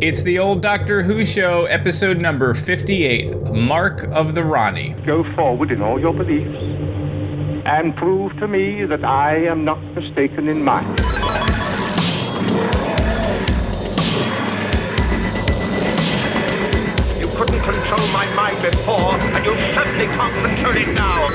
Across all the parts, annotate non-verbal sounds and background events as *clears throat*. It's the old Doctor Who show, episode number 58 Mark of the Ronnie. Go forward in all your beliefs and prove to me that I am not mistaken in mine. You couldn't control my mind before, and you certainly can't control it now.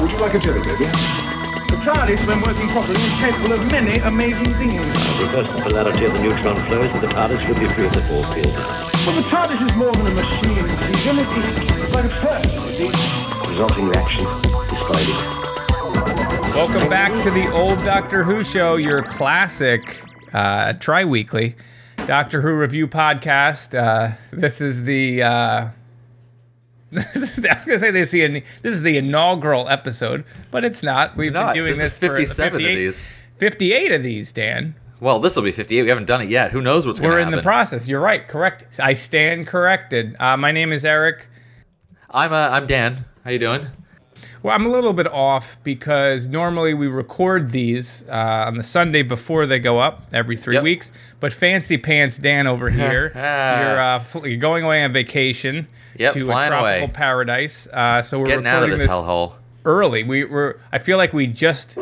Would you like a jelly, Debbie? The TARDIS, when working properly, is capable of many amazing things. Reverse the polarity of the neutron flows, and the TARDIS would be free of the force field. But the TARDIS is more than a machine. It's a unity. It's like a person. Resulting reaction, destroyed. Welcome back to the old Doctor Who show, your classic uh, tri weekly Doctor Who review podcast. Uh, this is the. Uh, *laughs* this is, I was gonna say this is, the, this is the inaugural episode, but it's not. We've not. been doing This this, is for 57 of 58 these. Fifty-eight of these, Dan. Well, this will be 58. We haven't done it yet. Who knows what's going We're to in happen? the process. You're right. Correct. I stand corrected. Uh, my name is Eric. I'm uh, I'm Dan. How you doing? Well, I'm a little bit off because normally we record these uh, on the Sunday before they go up every three Yep. weeks. But fancy pants Dan *laughs* over here, you're, uh, fl- you're going away on vacation Yep, to a flying tropical away. paradise. Uh, so we're Getting recording out of this, this hellhole. early. We were. I feel like we just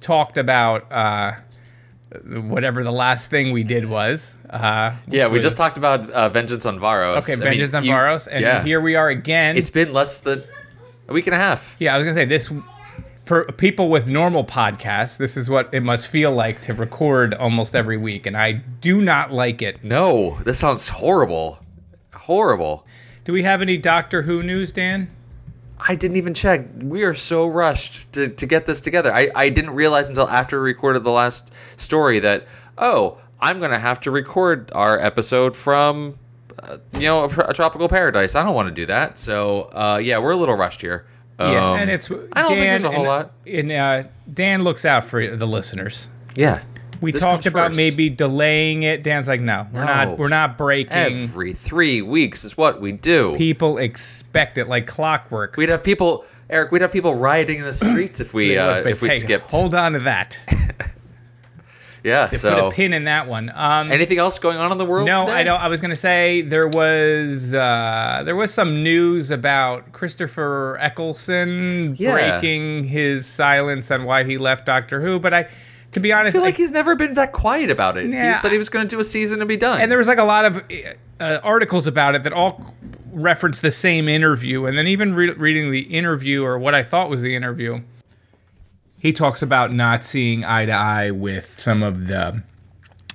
talked about uh, whatever the last thing we did was. Uh, Yeah, we was- just talked about uh, Vengeance on Varos. Okay, I mean, Vengeance on you- Varos, and yeah. here we are again. It's been less than a week and a half. Yeah, I was gonna say this for people with normal podcasts. This is what it must feel like to record almost every week, and I do not like it. No, this sounds horrible. Horrible. Do we have any Doctor Who news, Dan? I didn't even check. We are so rushed to, to get this together. I, I didn't realize until after we recorded the last story that, oh, I'm going to have to record our episode from, uh, you know, a, pr- a tropical paradise. I don't want to do that. So, uh, yeah, we're a little rushed here. yeah, Um, and it's I don't think there's a whole and, lot. And uh, Dan looks out for the listeners. Yeah. We This talked comes about first. maybe delaying it. Dan's like, no, we're No. not. We're not breaking. Every three weeks is what we do. People expect it like clockwork. we'd have people, Eric, we'd have people rioting in the streets if we uh, But if we hey, skipped. hold on to that. yeah, Put a so. pin in that one. Um, Anything else going on in the world No, today? I don't. I was gonna say there was uh, there was some news about Christopher Eccleston Yeah. breaking his silence on why he left Doctor Who, but I, to be honest, I feel like I- he's never been that quiet about it. Yeah. He said he was going to do a season and be done. and there was like a lot of uh, articles about it that all referenced the same interview, and then even re- reading the interview or what I thought was the interview, he talks about not seeing eye to eye with some of the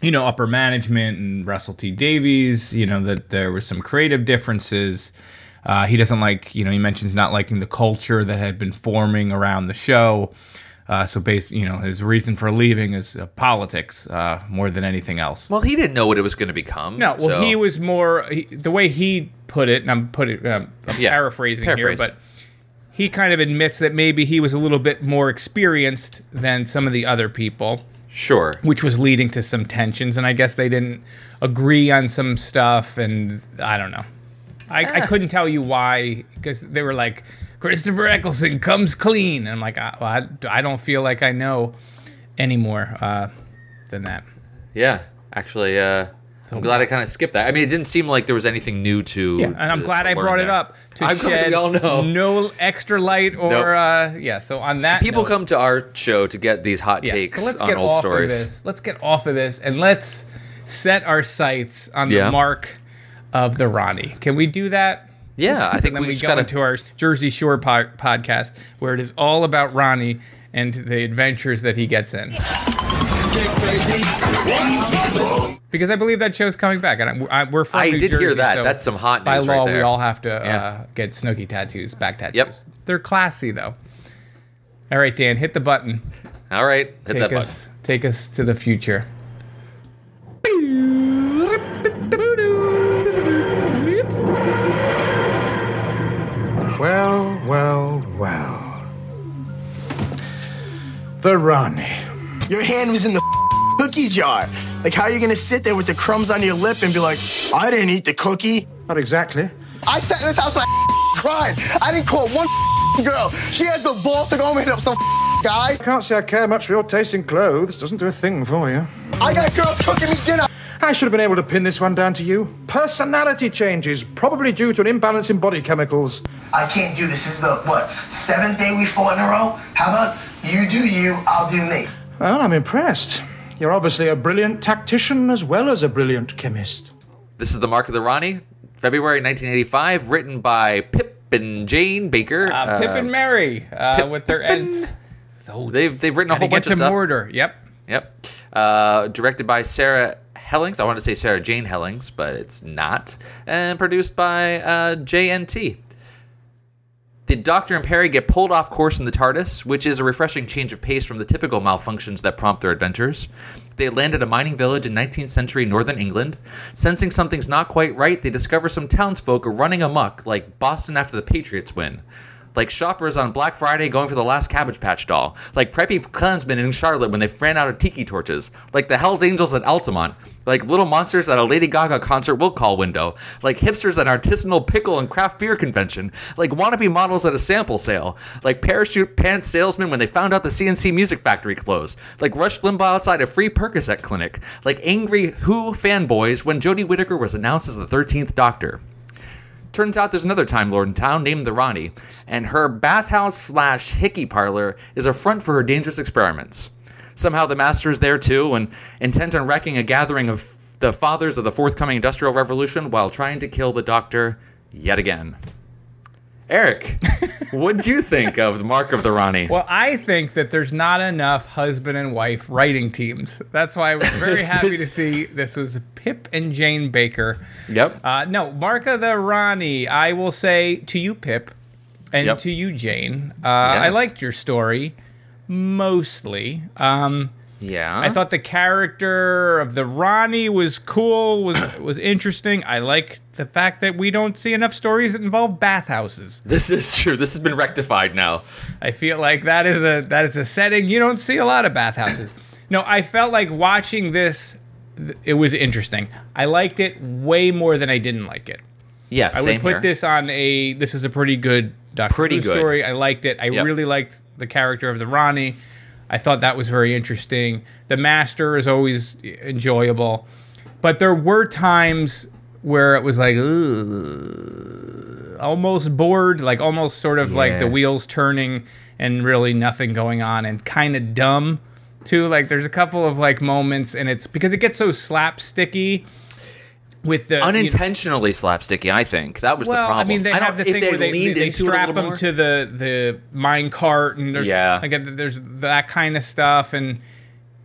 you know, upper management and Russell T Davies, you know, that there was some creative differences. Uh, he doesn't like, you know, he mentions not liking the culture that had been forming around the show. Uh, so, based, you know, his reason for leaving is uh, politics uh, more than anything else. well, he didn't know what it was going to become. no, well, so- he was more he, the way he put it, and I'm put it, um, I'm Yeah, paraphrasing paraphrase. here, but he kind of admits that maybe he was a little bit more experienced than some of the other people sure. which was leading to some tensions. And I guess they didn't agree on some stuff. And I don't know. I, I couldn't tell you why because they were like, Christopher Eccleston comes clean. And I'm like, I, well, I, I don't feel like I know any more uh, than that. Yeah, actually, uh, I'm glad I kind of skipped that. I mean, it didn't seem like there was anything new to. Yeah, and I'm to- glad to I learn brought it there. up to I'm glad shed we all know. no extra light or Nope. uh, yeah. So on that, People note- come to our show to get these hot Yeah, takes so let's on get old off stories. Of this. Let's get off of this and let's set our sights on Yeah. the mark of the Ronnie. Can we do that? Yeah, I think and then we we just go gotta- into our Jersey Shore po- podcast where it is all about Ronnie and the adventures that he gets in. Because I believe that show's coming back, and I, I, we're from I New did hear Jersey, that. so That's some hot By news law, right we there. all have to Yeah. uh, get Snooky tattoos, back tattoos. Yep. They're classy though. All right, Dan, hit the button All right, hit take that button. us take us to the future. Well, well, well. The Ronnie. Your hand was in the *laughs* cookie jar. Like, how are you gonna sit there with the crumbs on your lip and be like, I didn't eat the cookie? Not exactly. I sat in this house and I *laughs* cried. I didn't call one *laughs* girl. She has the balls to go home and hit up some *laughs* guy. Can't say I care much for your taste in clothes. Doesn't do a thing for you. I got girls cooking me dinner. I I should have been able to pin this one down to you. Personality changes, probably due to an imbalance in body chemicals. I can't do this. This is the what seventh day we fought in a row. How about you do you, I'll do me. Well, I'm impressed. You're obviously a brilliant tactician as well as a brilliant chemist. This is The Mark of the Ronnie, February 1985, written by Pip and Jane Baker. Uh, Pip and Mary uh, with their ends. Uh, They've, they've written a Gotta whole get bunch to of stuff. mortar. Yep. Yep. Uh, directed by Sarah Hellings. I want to say Sarah Jane Hellings, but it's not. And produced by uh, JNT. The Doctor and Perry get pulled off course in the TARDIS, which is a refreshing change of pace from the typical malfunctions that prompt their adventures. They land at a mining village in 19th century northern England. Sensing something's not quite right, they discover some townsfolk are running amok, like Boston after the Patriots win. Like shoppers on Black Friday going for the last Cabbage Patch doll. Like preppy Klansmen in Charlotte when they ran out of tiki torches. Like the Hells Angels at Altamont. Like little monsters at a Lady Gaga concert will call window. Like hipsters at an artisanal pickle and craft beer convention. Like wannabe models at a sample sale. Like parachute pants salesmen when they found out the CNC Music Factory closed. Like Rush Limbaugh outside a free Percocet clinic. Like angry Who fanboys when Jodie Whittaker was announced as the 13th Doctor. Turns out there's another Time Lord in town named the Ronnie, and her bathhouse slash hickey parlor is a front for her dangerous experiments. Somehow the Master is there too, and intent on wrecking a gathering of the fathers of the forthcoming Industrial Revolution while trying to kill the Doctor yet again. Eric, *laughs* what'd you think of the Mark of the Ronnie? Well, I think that there's not enough husband and wife writing teams. That's why I *laughs* was very This happy is- to see this was Pip and Jane Baker. Yep. Uh, no, Marka the Ronnie. I will say to you, Pip, and Yep. to you, Jane. Uh, I Yes. liked your story mostly. Um, yeah. I thought the character of the Ronnie was cool, was was interesting. I like the fact that we don't see enough stories that involve bathhouses. this is true. This has been rectified now. I feel like that is a that is a setting you don't see a lot of bathhouses. no, I felt like watching this. th- It was interesting. I liked it way more than I didn't like it. Yes, I same would put here. this on a. This is a pretty good Doctor Pretty Who good. story. I liked it. I Yep. really liked the character of the Ronnie. I thought that was very interesting. The Master is always enjoyable, but there were times where it was like "Ugh," almost bored, like almost sort of like the Yeah. wheels turning and really nothing going on, and kind of dumb too. Like there's a couple of like moments, and it's because it gets so slapsticky. With the you know- Unintentionally slapsticky, I think. That was the well, I problem. mean, they don't- have the if thing where they, they, leaned they into it a strap little them more- to the the mine cart, and there's, Yeah. like there's that kind of stuff, and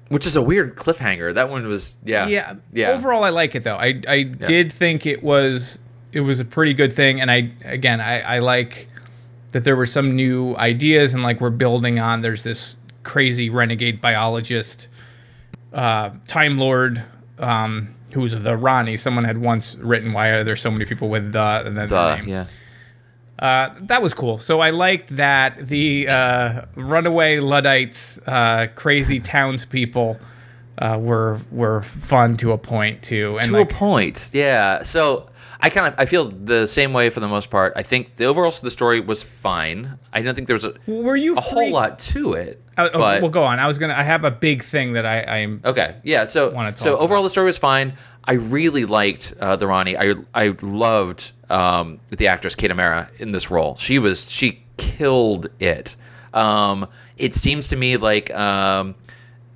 which is a weird cliffhanger. That one was yeah yeah, yeah. Overall, I like it though. I I did think it was it was a pretty good thing, and I again I I like that there were some new ideas, and like we're building on. There's this crazy renegade biologist, uh, Time Lord. Um, Who's the Ronnie? Someone had once written, "Why are there so many people with the?" And then the Duh, name. yeah. Uh, that was cool. So I liked that the uh, runaway Luddites, uh, crazy townspeople, uh, were were fun to a point too. And To like, a point, yeah. So I kind of I feel the same way for the most part. I think the overall s- the story was fine. I don't think there was a, were you a whole freaked- lot to it. Oh, oh, but well, go on. I was gonna. I have a big thing that I, I'm. Okay. Yeah. So Wanna talk so about. overall, the story was fine. I really liked uh, the Ronnie. I I loved um, the actress Kate Amara in this role. She was she killed it. Um, it seems to me like um,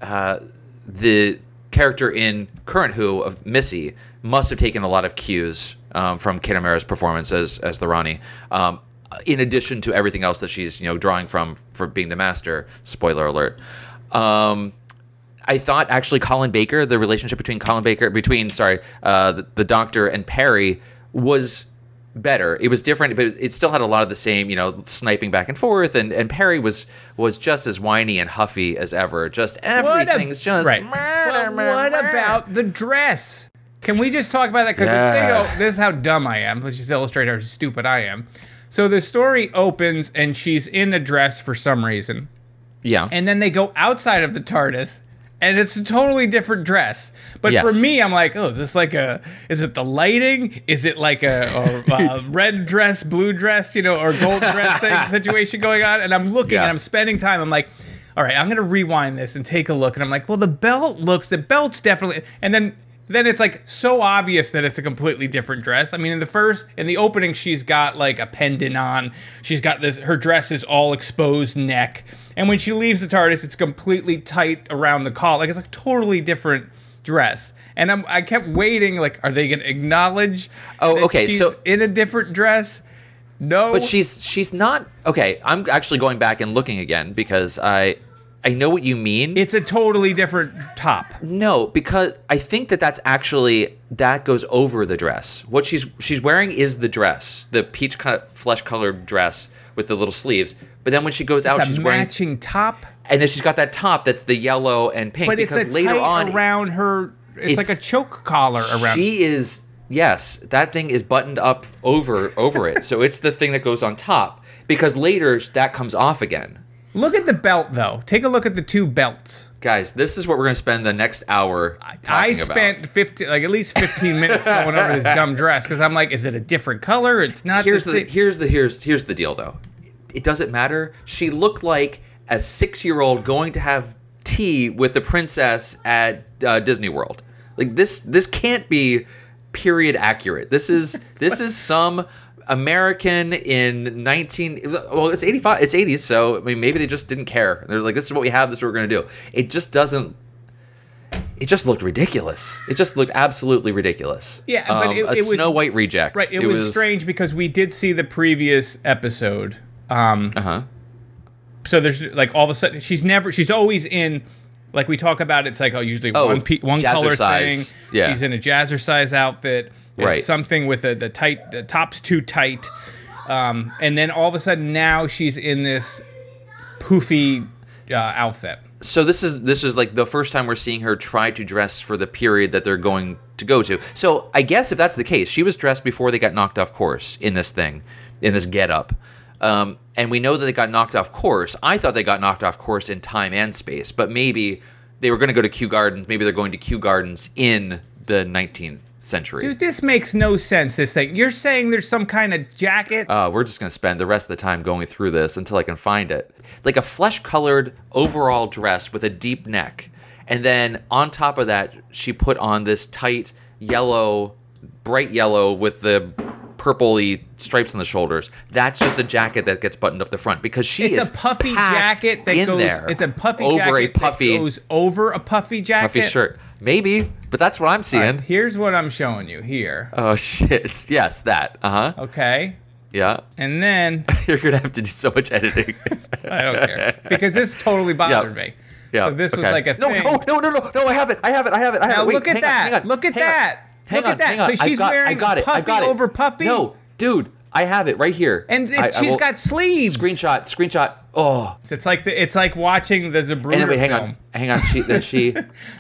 uh, the character in current Who of Missy must have taken a lot of cues um, from Kate Amara's performance as as the Ronnie. Um, in addition to everything else that she's you know drawing from for being the master. Spoiler alert. Um, I thought actually Colin Baker, the relationship between Colin Baker between sorry, uh, the, the Doctor and Perry was better. It was different, but it still had a lot of the same, you know, sniping back and forth. And and Perry was was just as whiny and huffy as ever. Just What a- Oh, everything's just right. "Meh, But meh, what meh." about the dress? Can we just talk about that? Because Yeah. this is how dumb I am. Let's just illustrate how stupid I am. So the story opens, and she's in a dress for some reason. yeah? and then they go outside of the TARDIS, and it's a totally different dress. But Yes. for me, I'm like, oh, is this like a? Is it the lighting? Is it like a, a, *laughs* uh red dress, blue dress, you know, or gold dress thing situation going on? And I'm looking Yeah. and I'm spending time. I'm like. All right, I'm gonna rewind this and take a look, and I'm like, well, the belt looks, the belt's definitely, and then then it's like so obvious that it's a completely different dress. I mean, in the first, in the opening, she's got like a pendant on. She's got this, her dress is all exposed neck. And when she leaves the TARDIS, it's completely tight around the collar. Like it's a totally different dress. And I'm, I kept waiting, like, are they going to acknowledge? Oh, that okay, she's so- in a different dress? No. But she's she's not okay. I'm actually going back and looking again because I I know what you mean. It's a totally different top. No, because I think that that's actually that goes over the dress. What she's she's wearing is the dress, the peach cut flesh colored dress with the little sleeves. But then when she goes out, It's she's a wearing matching top, and then she's got that top that's the yellow and pink. but it's because a later tight on, around her. It's, It's- like a choke collar around. she is yes, that thing is buttoned up over over it. So it's the thing that goes on top because later that comes off again. Look at the belt, though. Take a look at the two belts. Guys, this is what we're going to spend the next hour. I talking about. spent fifteen, like at least fifteen minutes going over *laughs* this dumb dress because I'm like, is it a different color? It's not. here's the the same- here's the here's here's the deal though. It doesn't matter. She looked like a six year old going to have tea with the princess at uh, Disney World. Like this this can't be period accurate. *laughs* This is this is some American in 19 well it's 85 it's 80s so I mean maybe they just didn't care. They're like this is what we have this is what we're going to do. It just doesn't it just looked ridiculous. It just looked absolutely ridiculous. Yeah, but Um, it- a it was- Snow White reject. right. It, was, strange because we did see the previous episode. Um, Uh huh. so there's like all of a sudden she's never she's always in like we talk about it's like oh usually Oh, one pe- one color jazzercise. thing Yeah. she's in a jazzercise outfit It's Right. something with a, the tight the top's too tight um, and then all of a sudden now she's in this poofy uh, outfit so this is this is like the first time we're seeing her try to dress for the period that they're going to go to. So I guess if that's the case, she was dressed before they got knocked off course in this thing, in this getup. Um, and we know that they got knocked off course. I thought they got knocked off course in time and space, but maybe they were going to go to Kew Gardens. Maybe they're going to Kew Gardens in the 19th century. dude this makes no sense this thing you're saying there's some kind of jacket uh, we're just going to spend the rest of the time going through this until I can find it. Like a flesh colored overall dress with a deep neck. And then on top of that, she put on this tight yellow, bright yellow with the purpley stripes on the shoulders. That's just a jacket that gets buttoned up the front because she it's is a puffy packed jacket that in goes. there It's a puffy over jacket a puffy that goes over a puffy jacket. puffy shirt. Maybe, but that's what I'm seeing. Here's what I'm showing you here. Oh *laughs* shit! Yes, that. Uh huh. Okay, Yeah. *laughs* and then You're gonna have to do so much *laughs* editing. I don't care because this *laughs* totally bothered me. Yeah. So this was okay. like a no, thing. No, no, no, no, no! I have it! I have it! I have it! I have Now it! Wait, look at hang on, that. hang on, Look at hang on. that. Hang Look at on, that. hang on. So I've she's got, I wearing got it. I've puffy got it. over puffy? No, dude, I have it right here. And it, I, I she's will- got sleeves. *laughs* screenshot. Screenshot. Oh, It's like the, it's like watching the Zabruder and then wait, hang film. on, hang on. She *laughs* then she.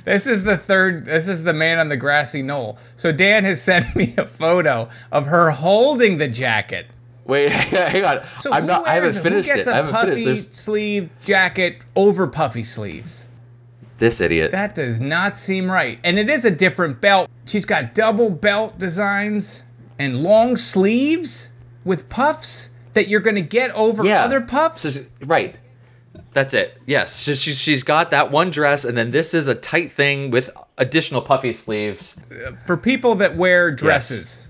This is the third. This is the man on the grassy knoll. So Dan has *laughs* sent me a photo of her holding the jacket. Wait, *laughs* hang on. So I'm who not. I haven't wears- finished who gets it. a I haven't puffy finished. There's sleeve jacket over puffy sleeves. this idiot. That does not seem right. And it is a different belt. She's got double belt designs and long sleeves with puffs that you're going to get over yeah. other puffs. So she- right. That's it. Yes. So she, she's got that one dress, and then this is a tight thing with additional puffy sleeves. For people that wear dresses,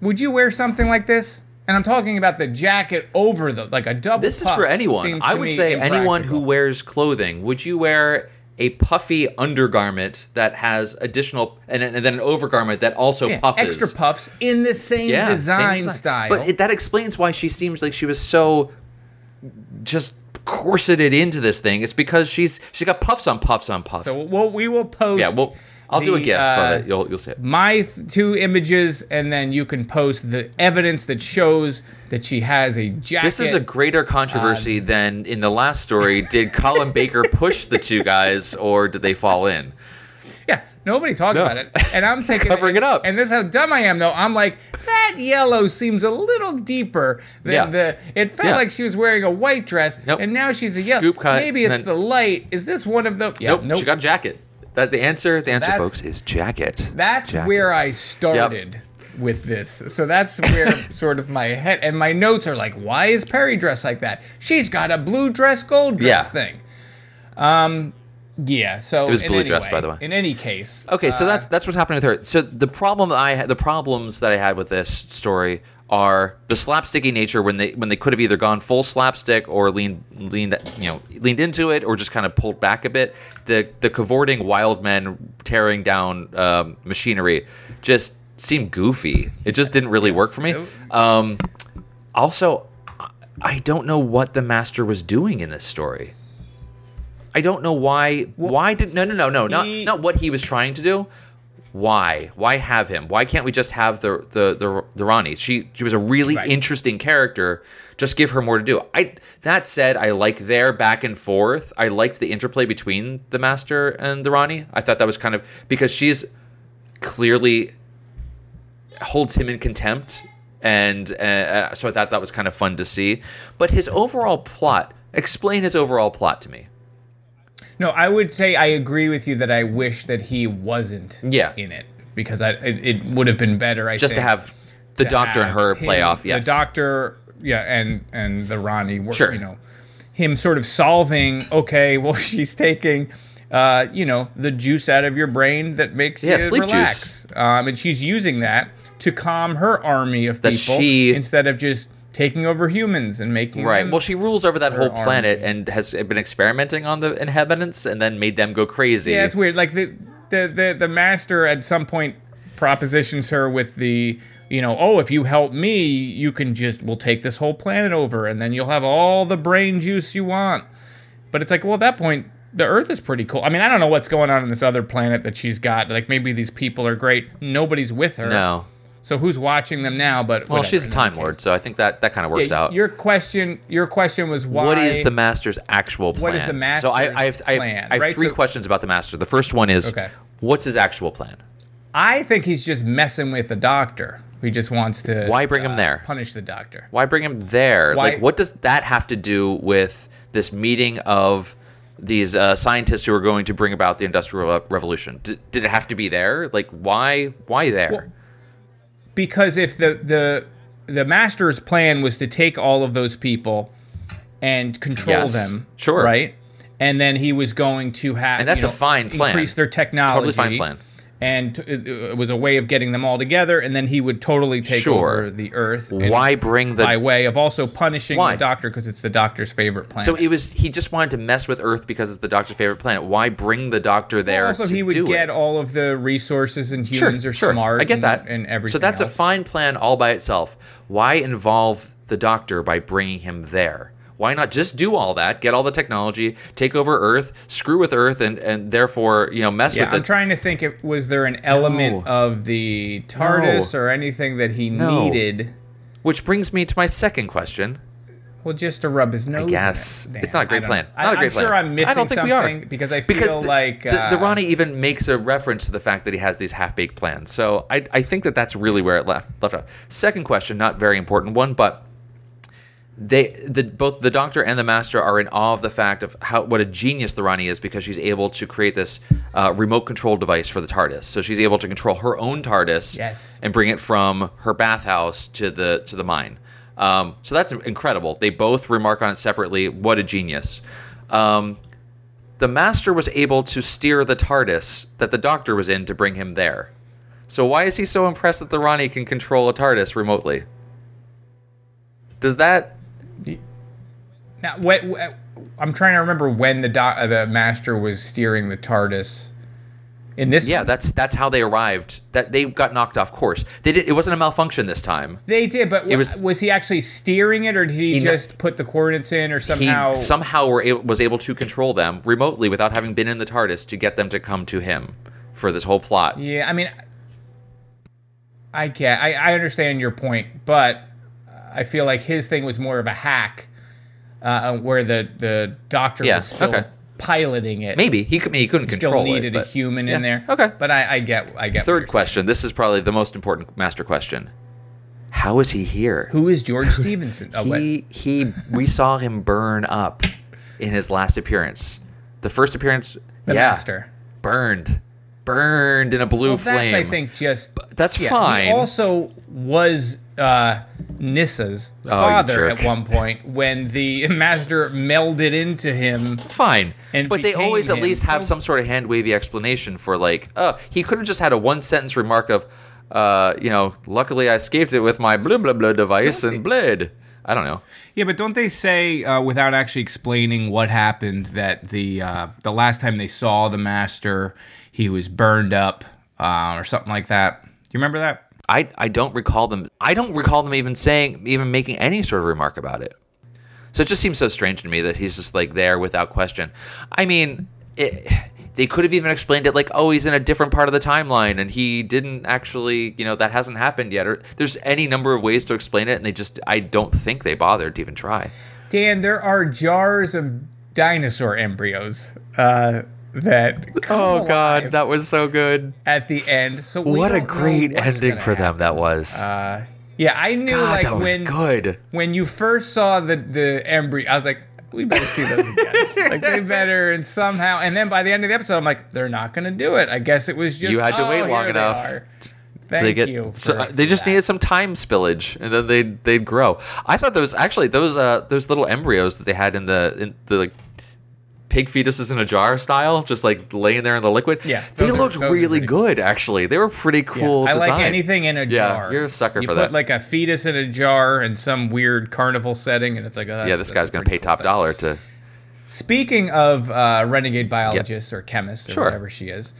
would you wear something like this? And I'm talking about the jacket over the like a double. This is puff for seems anyone. I to would me say anyone who impractical. wears clothing. Would you wear a puffy undergarment that has additional and, and then an overgarment that also Yeah, puffs? extra puffs in the same Yeah, same design design. style. But it, that explains why she seems like she was so just corseted into this thing. It's because she's she got puffs on puffs on puffs. so we'll, we will post. yeah, well, I'll do a the, gif uh, of it. You'll you'll see it. my th- two images, and then you can post the evidence that shows that she has a jacket. This is a greater controversy um, than in the last story. Did Colin Baker push the two guys, or did they fall in? yeah. Nobody talks No. about it, and *laughs* I'm thinking Covering it up. And this is how dumb I am, though. I'm like that yellow seems a little deeper than Yeah. the. It felt Yeah. like she was wearing a white dress, Nope. and now she's a yellow. Scoop cut, Maybe it's and the then- light. Is this one of the? Yeah, nope, She got a jacket. That the answer, the answer, That's- folks, is jacket. that's Jacket. where I started. With this, so that's where *laughs* sort of my head and my notes are like, why is Perry dressed like that? She's got a blue dress, gold dress Yeah. thing. Um, Yeah, so it was blue dress, by the way. In any case, Okay, so that's that's what's happening with her. So the problem that I ha- the problems that I had with this story are the slapsticky nature when they when they could have either gone full slapstick or leaned leaned you know leaned into it or just kind of pulled back a bit. The the cavorting wild men tearing down um, machinery just seemed goofy. It just didn't really work for me. Um, also, I- I don't know what the master was doing in this story. I don't know why. why did no no no no not He- not what he was trying to do. Why? Why have him? Why can't we just have the the the, the Ronnie? She she was a really Right. interesting character. Just give her more to do. I that said, I like their back and forth. I liked the interplay between the master and the Ronnie. I thought that was kind of because she's clearly holds him in contempt, and uh, uh, so I thought that was kind of fun to see. But his overall plot. Explain his overall plot to me. no, I would say I agree with you that I wish that he wasn't Yeah. in it because I it, it would have been better. I just to think, have the to doctor and have her him, play off. Yes, the doctor, yeah, and and the Ronnie were Sure. you know him sort of solving. Okay, *laughs* well she's taking. Uh, you know the juice out of your brain that makes Yeah, you sleep juice. relax, um, and she's using that to calm her army of That people she- instead of just taking over humans and making Right. them- Well, she rules over that whole army. planet and has been experimenting on the inhabitants and then made them go crazy. Yeah, it's weird. Like the the the, the master at some point propositions her with the you know, oh, if you help me, you can just we'll take this whole planet over, and then you'll have all the brain juice you want. But it's like, well, at that point, the Earth is pretty cool. I mean, I don't know what's going on in this other planet that she's got. Like maybe these people are great. Nobody's with her. no. So who's watching them now? But Well, whatever, she's a in time any lord, case. so I think that that kind of works Yeah, out. Your question, your question was why? What is the master's actual plan? What is the So I, I master's have, I have, plan, I have right? three So- questions about the master. The first one is, Okay. what's his actual plan? I think he's just messing with the doctor. He just wants to Why bring him there? punish the doctor. Why bring him there? Why- Like, what does that have to do with this meeting of these uh, scientists who are going to bring about the industrial Re- revolution? D- did it have to be there? Like, why? Why there? because if the the the master's plan was to take all of those people and control Yes, them, sure. right, and then he was going to have And that's you a fine plan. increase their technology, Totally fine plan. and it, it was a way of getting them all together, and then he would totally take Sure. over the earth. and why bring the? by way of also punishing Why? the doctor because it's the doctor's favorite plan. so it was he just wanted to mess with Earth because it's the Doctor's favorite planet. Why bring the Doctor there? also to he would do it? get all of the resources and humans are smart. I get and, that. and everything. So that's else. a fine plan all by itself. Why involve the doctor by bringing him there? Why not just do all that, get all the technology, take over Earth, screw with Earth, and, and therefore you know mess Yeah, with I'm it? trying to think. If, was there an element No. of the TARDIS No. or anything that he No. needed? Which brings me to my second question. Well, just to rub his nose. in it. Yes, Damn, it's not a I great don't plan. know. Not a I, great I'm plan. sure I'm missing I don't think we are. something because I feel Because the, like the, the uh, Ronnie even makes a reference to the fact that he has these half-baked plans. So I, I think that that's really where it left left off. Second question, not very important one, but they the both the doctor and the master are in awe of the fact of how what a genius the Rani is because she's able to create this uh, remote control device for the TARDIS. So she's able to control her own TARDIS Yes. and bring it from her bathhouse to the to the mine. Um, so that's incredible. They both remark on it separately. What a genius! Um, the master was able to steer the TARDIS that the doctor was in to bring him there. So why is he so impressed that the Rani can control a TARDIS remotely? Does that Now, wh- wh- I'm trying to remember when the do- uh, the master was steering the TARDIS. In this, Yeah, one. that's that's how they arrived. That they got knocked off course. They did. It wasn't a malfunction this time. they did, but w- was- was, he actually steering it, or did he, He kn- just put the coordinates in, or somehow? he somehow were able, was able to control them remotely without having been in the TARDIS to get them to come to him for this whole plot. Yeah, I mean, I get, I, I understand your point, but I feel like his thing was more of a hack, uh, where the the doctor Yeah, was still okay. piloting it. Maybe he could. He couldn't still control needed it. a but- human in yeah, there. Okay. but I, I get, I get. what Third you're question. This is probably the most important master question. How is he here? saying. Who is *laughs* George Stevenson? Oh, wait. he he *laughs* we saw him burn up in his last appearance. The first appearance, the yeah, master. burned. burned in a blue flame. That's, I think, just that's yeah, fine. He also was uh, Nissa's father Oh, jerk. at one point when the *laughs* master melded into him. fine. And but they became always at him. least have some sort of hand wavy explanation for like, uh, he could have just had a one sentence remark of, uh, you know, luckily I escaped it with my blah blah blah device and bled. I don't know. Yeah, but don't they say uh, without actually explaining what happened that the uh, the last time they saw the master, he was burned up uh, or something like that? Do you remember that? I, I don't recall them. I don't recall them even saying, even making any sort of remark about it. So it just seems so strange to me that he's just like there without question. I mean, it, they could have even explained it like, oh, he's in a different part of the timeline and he didn't actually, you know, that hasn't happened yet. Or there's any number of ways to explain it, and they just, I don't think they bothered to even try. Dan, there are jars of dinosaur embryos uh, that come alive Oh, that was so good. at the end. So we What a don't know great what's ending gonna for them happen. Ah. that was. Yeah, I knew God, like that was when good. when you first saw the the embryo, I was like, we better see those again. like they better and somehow. And then by the end of the episode, I'm like, they're not gonna do it. I guess it was just You had to "Oh, wait here long they enough are." Thank they get you. so, for- uh, they just for that. needed some time spillage and then they'd they'd grow i thought those actually those uh those little embryos that they had in the in the like pig fetuses in a jar style just like laying there in the liquid Yeah, they those are- looked those are really pretty good actually they were pretty Yeah, cool I like design. anything in a Yeah, jar. you're a sucker you for put that. Like a fetus in a jar in some weird carnival setting, and it's like, oh, that's, yeah this that's guy's a gonna pretty pay cool top thing. dollar to Speaking of uh, renegade biologists or chemists or Sure. whatever she is,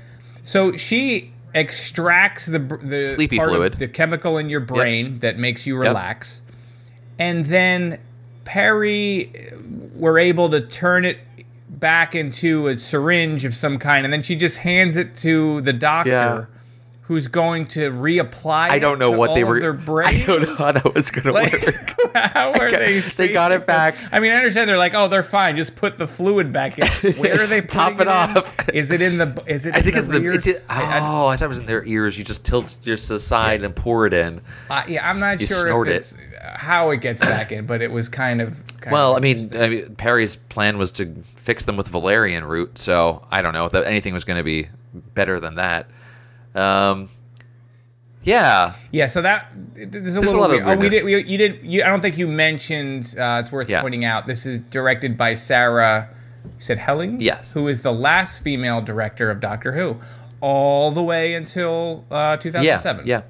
so she extracts the br- the Sleepy part of fluid. the chemical in your brain that makes you relax, and then Perry uh, were able to turn it back into a syringe of some kind, and then she just hands it to the doctor. Yeah. Who's going to reapply? i don't know it to what they all of were Their brains? *laughs* i don't know how that was *laughs* gonna work Like, how are got- they? they got it safe? back. I mean, I understand they're like, oh, they're fine. Just put the fluid back *laughs* in. Where are they? Top putting it in? off. Is it in the? Is it? I in think it's the rear? it's it, oh, I- I- I thought it was in their ears. You just tilt your side and pour it in. I- yeah, I'm not You sure snort if it. it's uh, how it gets back in, but it was kind of. Kind Well, of I mean, I mean, Perry's plan was to fix them with Valerian root, so I don't know if that anything was going to be better than that. Um, yeah, yeah. So that th- there's a There's little. a lot of weird- oh, we weirdness. did. We, you did. You, I don't think you mentioned. Uh, it's worth Yeah. pointing out. This is directed by Sarah. You said Hellings. Yes. Who is the last female director of Doctor Who, all the way until uh, 2007. yeah, yeah.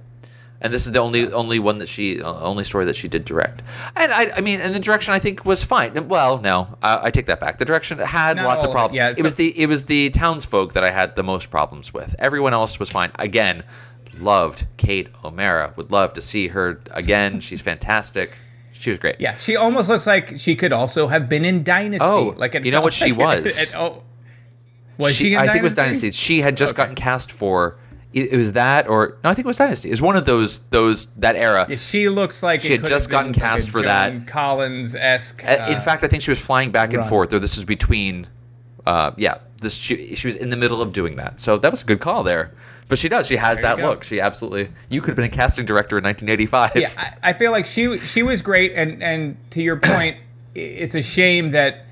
And this is the only only one that she uh, only story that she did direct. And I, I mean, and the direction I think was fine. Well, no, I, I take that back. The direction had Not lots all of of it, problems. yeah, it was so- the it was the townsfolk that I had the most problems with. Everyone else was fine. Again, loved Kate O'Mara. Would love to see her *laughs* again. She's fantastic. She was great. Yeah, she almost looks like she could also have been in Dynasty. Oh, like it you know what felt she like it- was? it- oh, was she? she, in I think it was Dynasty. She had just gotten cast for it, it was that or no, I think it was Dynasty. It was one of those those that era. Yeah, she looks like She it had could just have been gotten cast like a uh, for that. Joan Collins esque. A- Uh, in fact, I think she was flying back and Right. forth, or this was between. Uh, yeah, this she, she was in the middle of doing that, so that was a good call there. But she does. She has There you that go. look. She absolutely. You could have been a casting director in 1985. yeah, I, I feel like she she was great, and and to *coughs* your point, i- it's a shame that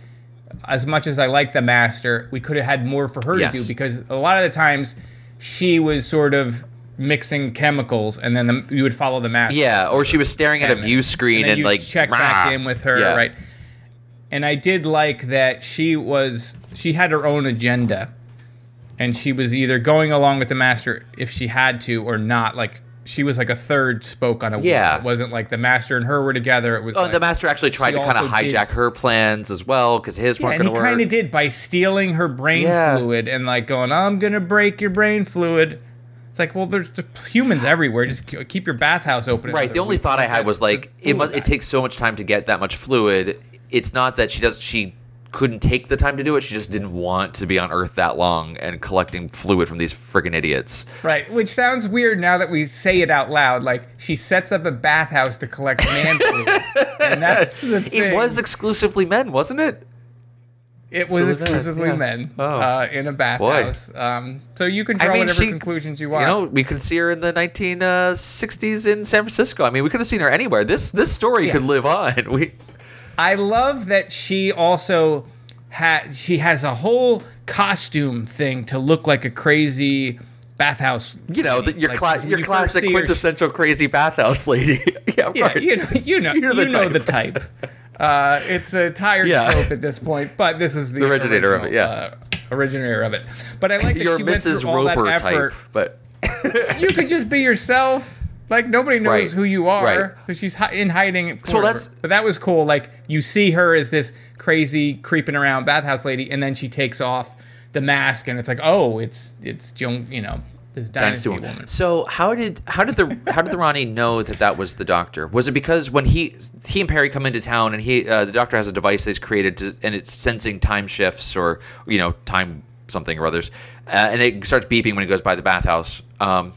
as much as I like the master, we could have had more for her Yes. to do because a lot of the times she was sort of mixing chemicals, and then the, you would follow the master. *laughs* Yeah, or she was staring at a And view then- screen and, then you like check back rah. in with her, Yeah. right? And I did like that she was she had her own agenda, and she was either going along with the master if she had to or not. Like she was like a third spoke on a wheel. Yeah. It wasn't like the master and her were together. It was Oh, like, and the master actually tried she to kind of also did- hijack her plans as well because his Yeah, weren't and he going to work. kind of did by stealing her brain Yeah. fluid and like going, "I'm gonna break your brain fluid." It's like, well, there's humans everywhere. Just ke- keep your bathhouse open. Right. another The only week. thought I had was like it fluid must, back. it takes so much time to get that much fluid. It's not that she does she couldn't take the time to do it. She just didn't want to be on Earth that long and collecting fluid from these friggin' idiots. Right, which sounds weird now that we say it out loud. Like she sets up a bathhouse to collect man fluid, *laughs* and that's the thing. It was exclusively men, wasn't it? it was Fluid, exclusively yeah. men Oh. uh, in a bathhouse. Um, so you can draw whatever conclusions you want. You know, we could see her in the 1960s in San Francisco. I mean, we could have seen her anywhere. This this story Yeah. could live on. We I love that she also had she has a whole costume thing to look like a crazy bathhouse. You know, the, lady, your like, cla- when your you first classic see her, she- quintessential crazy bathhouse lady. *laughs* yeah, of yeah, course. you know, you know, *laughs* You're you the know type. the type. Uh, it's a tired Yeah. trope at this point, but this is the, The originator of it, original, yeah. uh, originator of it. But I like that You're she went through Mrs. all that Roper effort. type, but *laughs* You could just be yourself. Like nobody knows Right, who you are, right. so she's hi- in hiding. So forever. that's- but that was cool. Like you see her as this crazy creeping around bathhouse lady, and then she takes off the mask, and it's like, oh, it's it's Joan, you know, this dynasty, Dynasty woman. Woman. So how did how did the how did the Ronnie know that that was the doctor? Was it because when he he and Perry come into town and he uh, the doctor has a device that's created to, and it's sensing time shifts or you know time something or others, uh, and it starts beeping when he goes by the bathhouse. Um,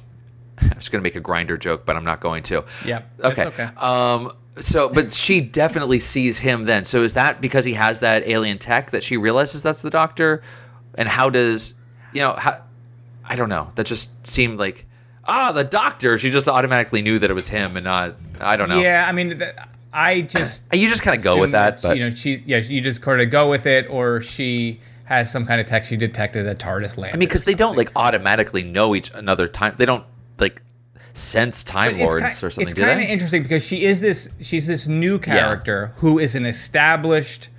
*laughs* I was going to make a grinder joke, but I'm not going to. Yep, that's Okay. okay. Um. So, but she definitely sees him then. So is that because he has that alien tech that she realizes that's the doctor? And how does you know how? I don't know. That just seemed like ah, the doctor. She just automatically knew that it was him and not. I don't know. Yeah, I mean, th- I *clears throat* just You just kind of go with assume that, but you know, she yeah, you just kind of go with it, or she has some kind of tech she detected that TARDIS landed. I mean, because they don't like automatically know each another time. They don't like sense time lords or something, It's do kind of they? interesting because she is this she's this new character who is an established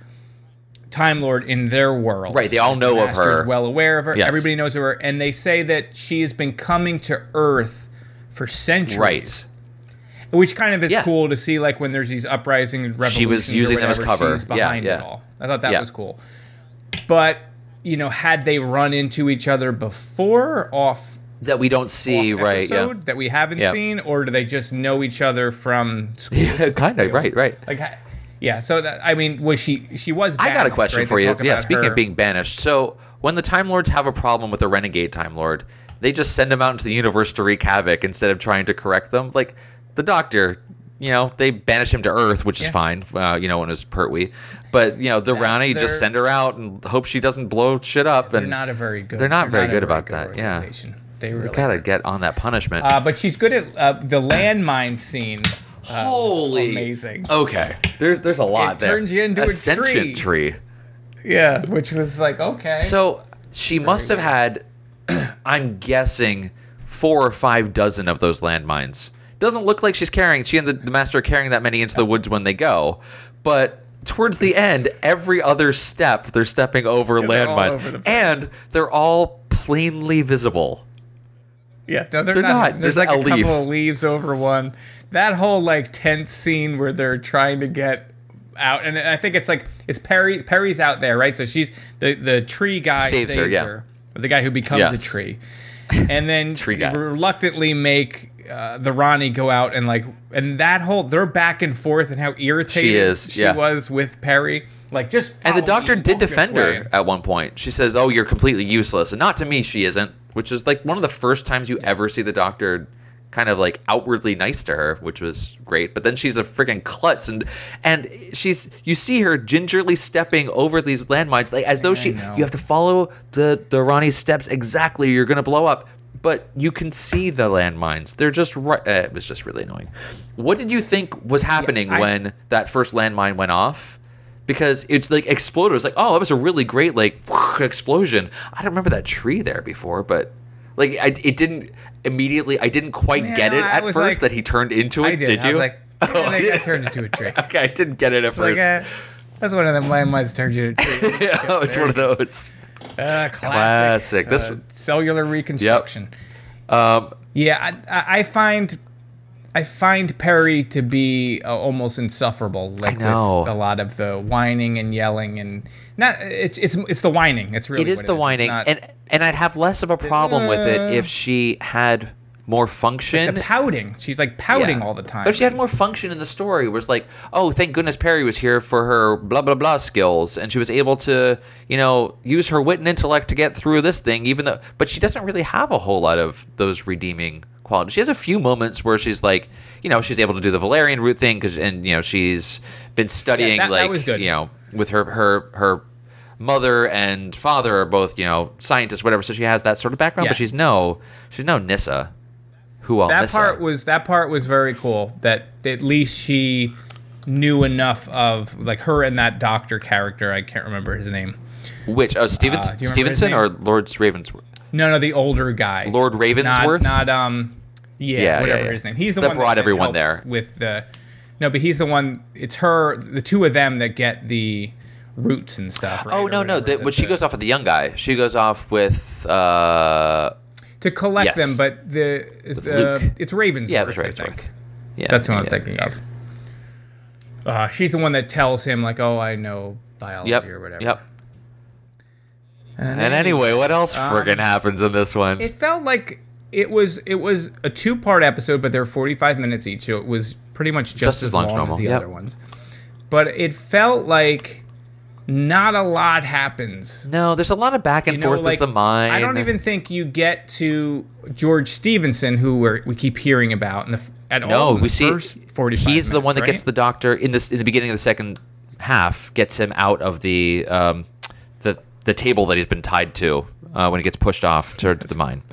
Time Lord in their world. Right, they all Like, the know of Master is her. well aware of her. Yes. Everybody knows of her, and they say that she has been coming to Earth for centuries. Right. which kind of is Yeah. cool to see like when there's these uprising and revolutions She was or using them as whatever, cover. she's Yeah, behind yeah. it all i thought that Yeah. was cool but you know had they run into each other before off That we don't see, off right? episode Yeah. that we haven't Yeah. seen or do they just know each other from school *laughs* Yeah, kind of. Right. Right. like ha- yeah so that i mean was she she was I got a banished, question right? for They you. talk Yeah, about speaking her- of being banished, so when the Time Lords have a problem with a renegade Time Lord, they just send him out into the universe to wreak havoc instead of trying to correct them. Like the Doctor, you know, they banish him to Earth, which is fine. Uh, you know, when it was Pertwee, but you know, the Rani just their- send her out and hope she doesn't blow shit up. they're and not a very good They're not very a good about that. Yeah, organization. they really gotta get on that punishment. uh, but she's good at uh, *clears throat* the landmine scene uh, was Holy. amazing okay, there's there's a lot It there. turns you into a Ascension tree. Yeah, which was like okay. So she must have had, *clears throat* I'm guessing, four or five dozen of those landmines. Doesn't look like she's carrying. She and the, the master are carrying that many into the woods when they go, but towards the end, every other step they're stepping over they're all landmines, over the place. and they're all plainly visible. yeah, no, they're, they're not. not. There's, There's like a a, leaf. couple of leaves over one. That whole like tense scene where they're trying to get out, and I think it's like it's Perry. Perry's out there, right? So she's the the tree guy Saves her, yeah. the guy who becomes Yes. a *laughs* tree, and then Tree guy. reluctantly make. Uh, the Ronnie go out and like and that whole they're back and forth and how irritated is, yeah. was with Perry like just And follow the me, doctor did walk this defend way. her at one point. She says, "Oh, you're completely useless," and not to me, she isn't. Which is like one of the first times you ever see the doctor kind of like outwardly nice to her, which was great. But then she's a freaking klutz, and and she's you see her gingerly stepping over these landmines, like as though she know. you have to follow the the Ronnie steps exactly. or You're gonna blow up. But you can see the landmines. They're just right. Uh, it was just really annoying. What did you think was happening I- when that first landmine went off? because it's like exploded. It's like, oh, that was a really great like *laughs* explosion. I don't remember that tree there before, but like I, it didn't immediately. I didn't quite Yeah, get it I at was first like- that he turned into it. I did, I you? was like *laughs* Oh, "Yeah, they yeah. got turned into a tree okay, I didn't get it at Like, first. uh, that's one of them landmines turned you to tree. *laughs* yeah, it's one of those. Uh, classic. *laughs* Uh, Classic. This- cellular reconstruction. Um, Yeah, I- I, I find I find Perry to be uh, almost insufferable. Like know. with a lot of the whining and yelling and not it's it's it's the whining. It's really it is what the It's whining, not- uh, and and I'd have less of a problem with it if she had more function the pouting. She's like pouting Yeah. all the time. But if she had more function in the story. Was like, oh, thank goodness Perry was here for her blah blah blah skills, and she was able to, you know, use her wit and intellect to get through this thing. Even though, but she doesn't really have a whole lot of those redeeming qualities. She has a few moments where she's like, you know, she's able to do the Valerian root thing, 'cause- and you know, she's been studying that- that like, was good. you know, with her her her mother and father are both you know scientists whatever so she has that sort of background Yeah. but she's no she's no nissa who all that Nissa. part was that part was very cool that at least she knew enough of like her and that doctor character i can't remember his name Which? Oh, Stevens- Uh, do you remember his Stevenson name? or Lord Ravensworth? No, no, the older guy, Lord Ravensworth? Not, not um, yeah, Yeah, yeah, whatever yeah. his name. He's the That one brought helps everyone there. with the. No, but he's the one. It's her, the two of them that get the roots and stuff. Right, Oh or no no! whatever, The, that but she the- goes off with the young guy. She goes off with uh, to collect Yes. them, but the it's, uh, Luke. it's Ravensworth. yeah, that's I right. think. Ravensworth. Yeah, That's what I'm yeah. thinking of. Uh, she's the one that tells him like, "Oh, I know biology Yep. or whatever." Yep. And anyway, what else friggin' happens in this one? Uh, It felt like it was it was a two part episode, but they're forty five minutes each, so it was pretty much just, as, long, normal, as the yep. other ones. But it felt like not a lot happens. no, there's a lot of back and You know, forth like, with the mind. I don't even think you get to George Stevenson, who we're, we keep hearing about in the f- at all. No, in the we see. first He's 45 the one that minutes, gets the right? doctor in this in the beginning of the second half. Gets him out of the um, the the table that he's been tied to uh, when he gets pushed off towards the mine.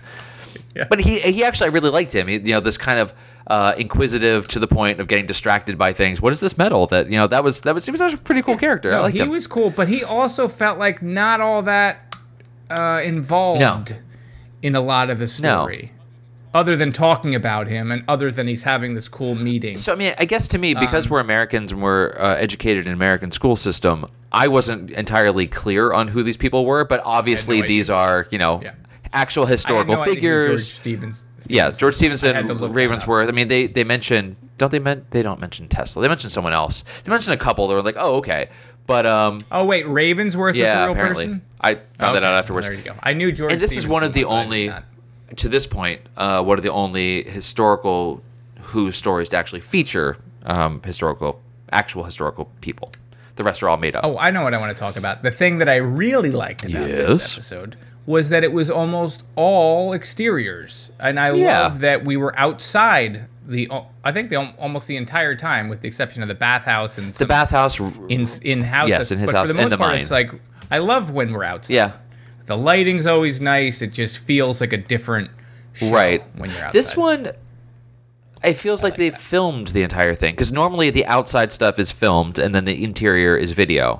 But he he actually I really liked him. He, you know this kind of uh, inquisitive to the point of getting distracted by things. What is this metal that you know that was that was he was actually a pretty cool character. I No, liked he him. was cool, but he also felt like not all that uh, involved in a lot of the No. story, other than talking about him and other than he's having this cool meeting. So I mean, I guess to me, Um, because we're Americans and we're uh, educated in American school system, I wasn't entirely clear on who these people were, but obviously idea these are, you know, Yeah. actual I had no historical idea who figures. George Stevens. yeah, George Stevenson, I had to look that up. Ravensworth. I mean, they they mention don't they men- they don't mention Tesla. They mention someone else. They mention a couple. They were like, oh okay, but um, Oh wait, Ravensworth is a yeah, real apparently person. I found Oh, that Okay, out afterwards. There you go. I knew George. And this is one of the Stevenson, but I did only, not. to this point, uh, one of the only historical Who stories to actually feature um, historical, actual historical people. The rest are all made up. Oh, I know what I want to talk about. The thing that I really liked about this Yes? episode was that it was almost all exteriors, and I Yeah. love that we were outside the. I think the almost the entire time, with the exception of the bathhouse and the some bathhouse. r- in in house. Yes, in his but house, For the most in the part, mine. it's like I love when we're outside. yeah, the lighting's always nice. It just feels like a different. show right. when you're outside. This one, it feels like, they filmed the entire thing because normally the outside stuff is filmed and then the interior is video,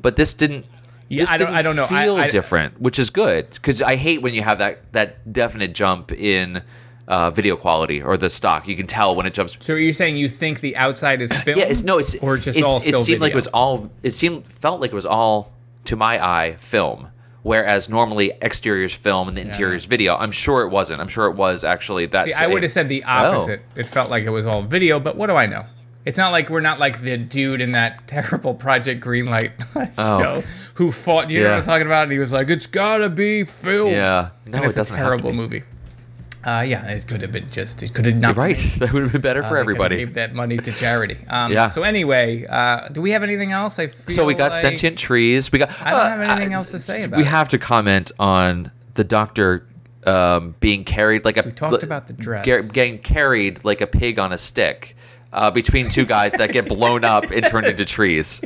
but this didn't. Yeah, this I don't- didn't I don't know. I- Feel I- different, which is good because I hate when you have that that definite jump in uh, video quality or the stock. You can tell when it jumps So are you saying you think the outside is filmed? Yeah, it's no, it's or just it's, all it still seemed like it video? was all it seemed felt like it was all to my eye film, whereas normally exteriors film and the interiors video. I'm sure it wasn't. I'm sure it was actually that. Oh. See, I would have said the opposite. It felt like it was all video, but what do I know? It's not like we're not like the dude in that *laughs* terrible Project Greenlight *laughs* Oh. show who fought. You know what Yeah. I'm talking about? And he was like, "It's gotta be filmed." Yeah. No, and it it's doesn't a have to terrible be. movie. Uh, yeah, it could have been just. It could have not. You're right. *laughs* been- That would have been better uh, for they could have everybody. Gave that money to charity. Um, Yeah. So anyway, uh, do we have anything else? I feel So we got like- sentient trees. We got. uh, I don't have anything else to say about We it. have to comment on the doctor um, being carried like a. We talked about the dress. getting carried like a pig on a stick uh, between two guys that get blown up and turned into trees.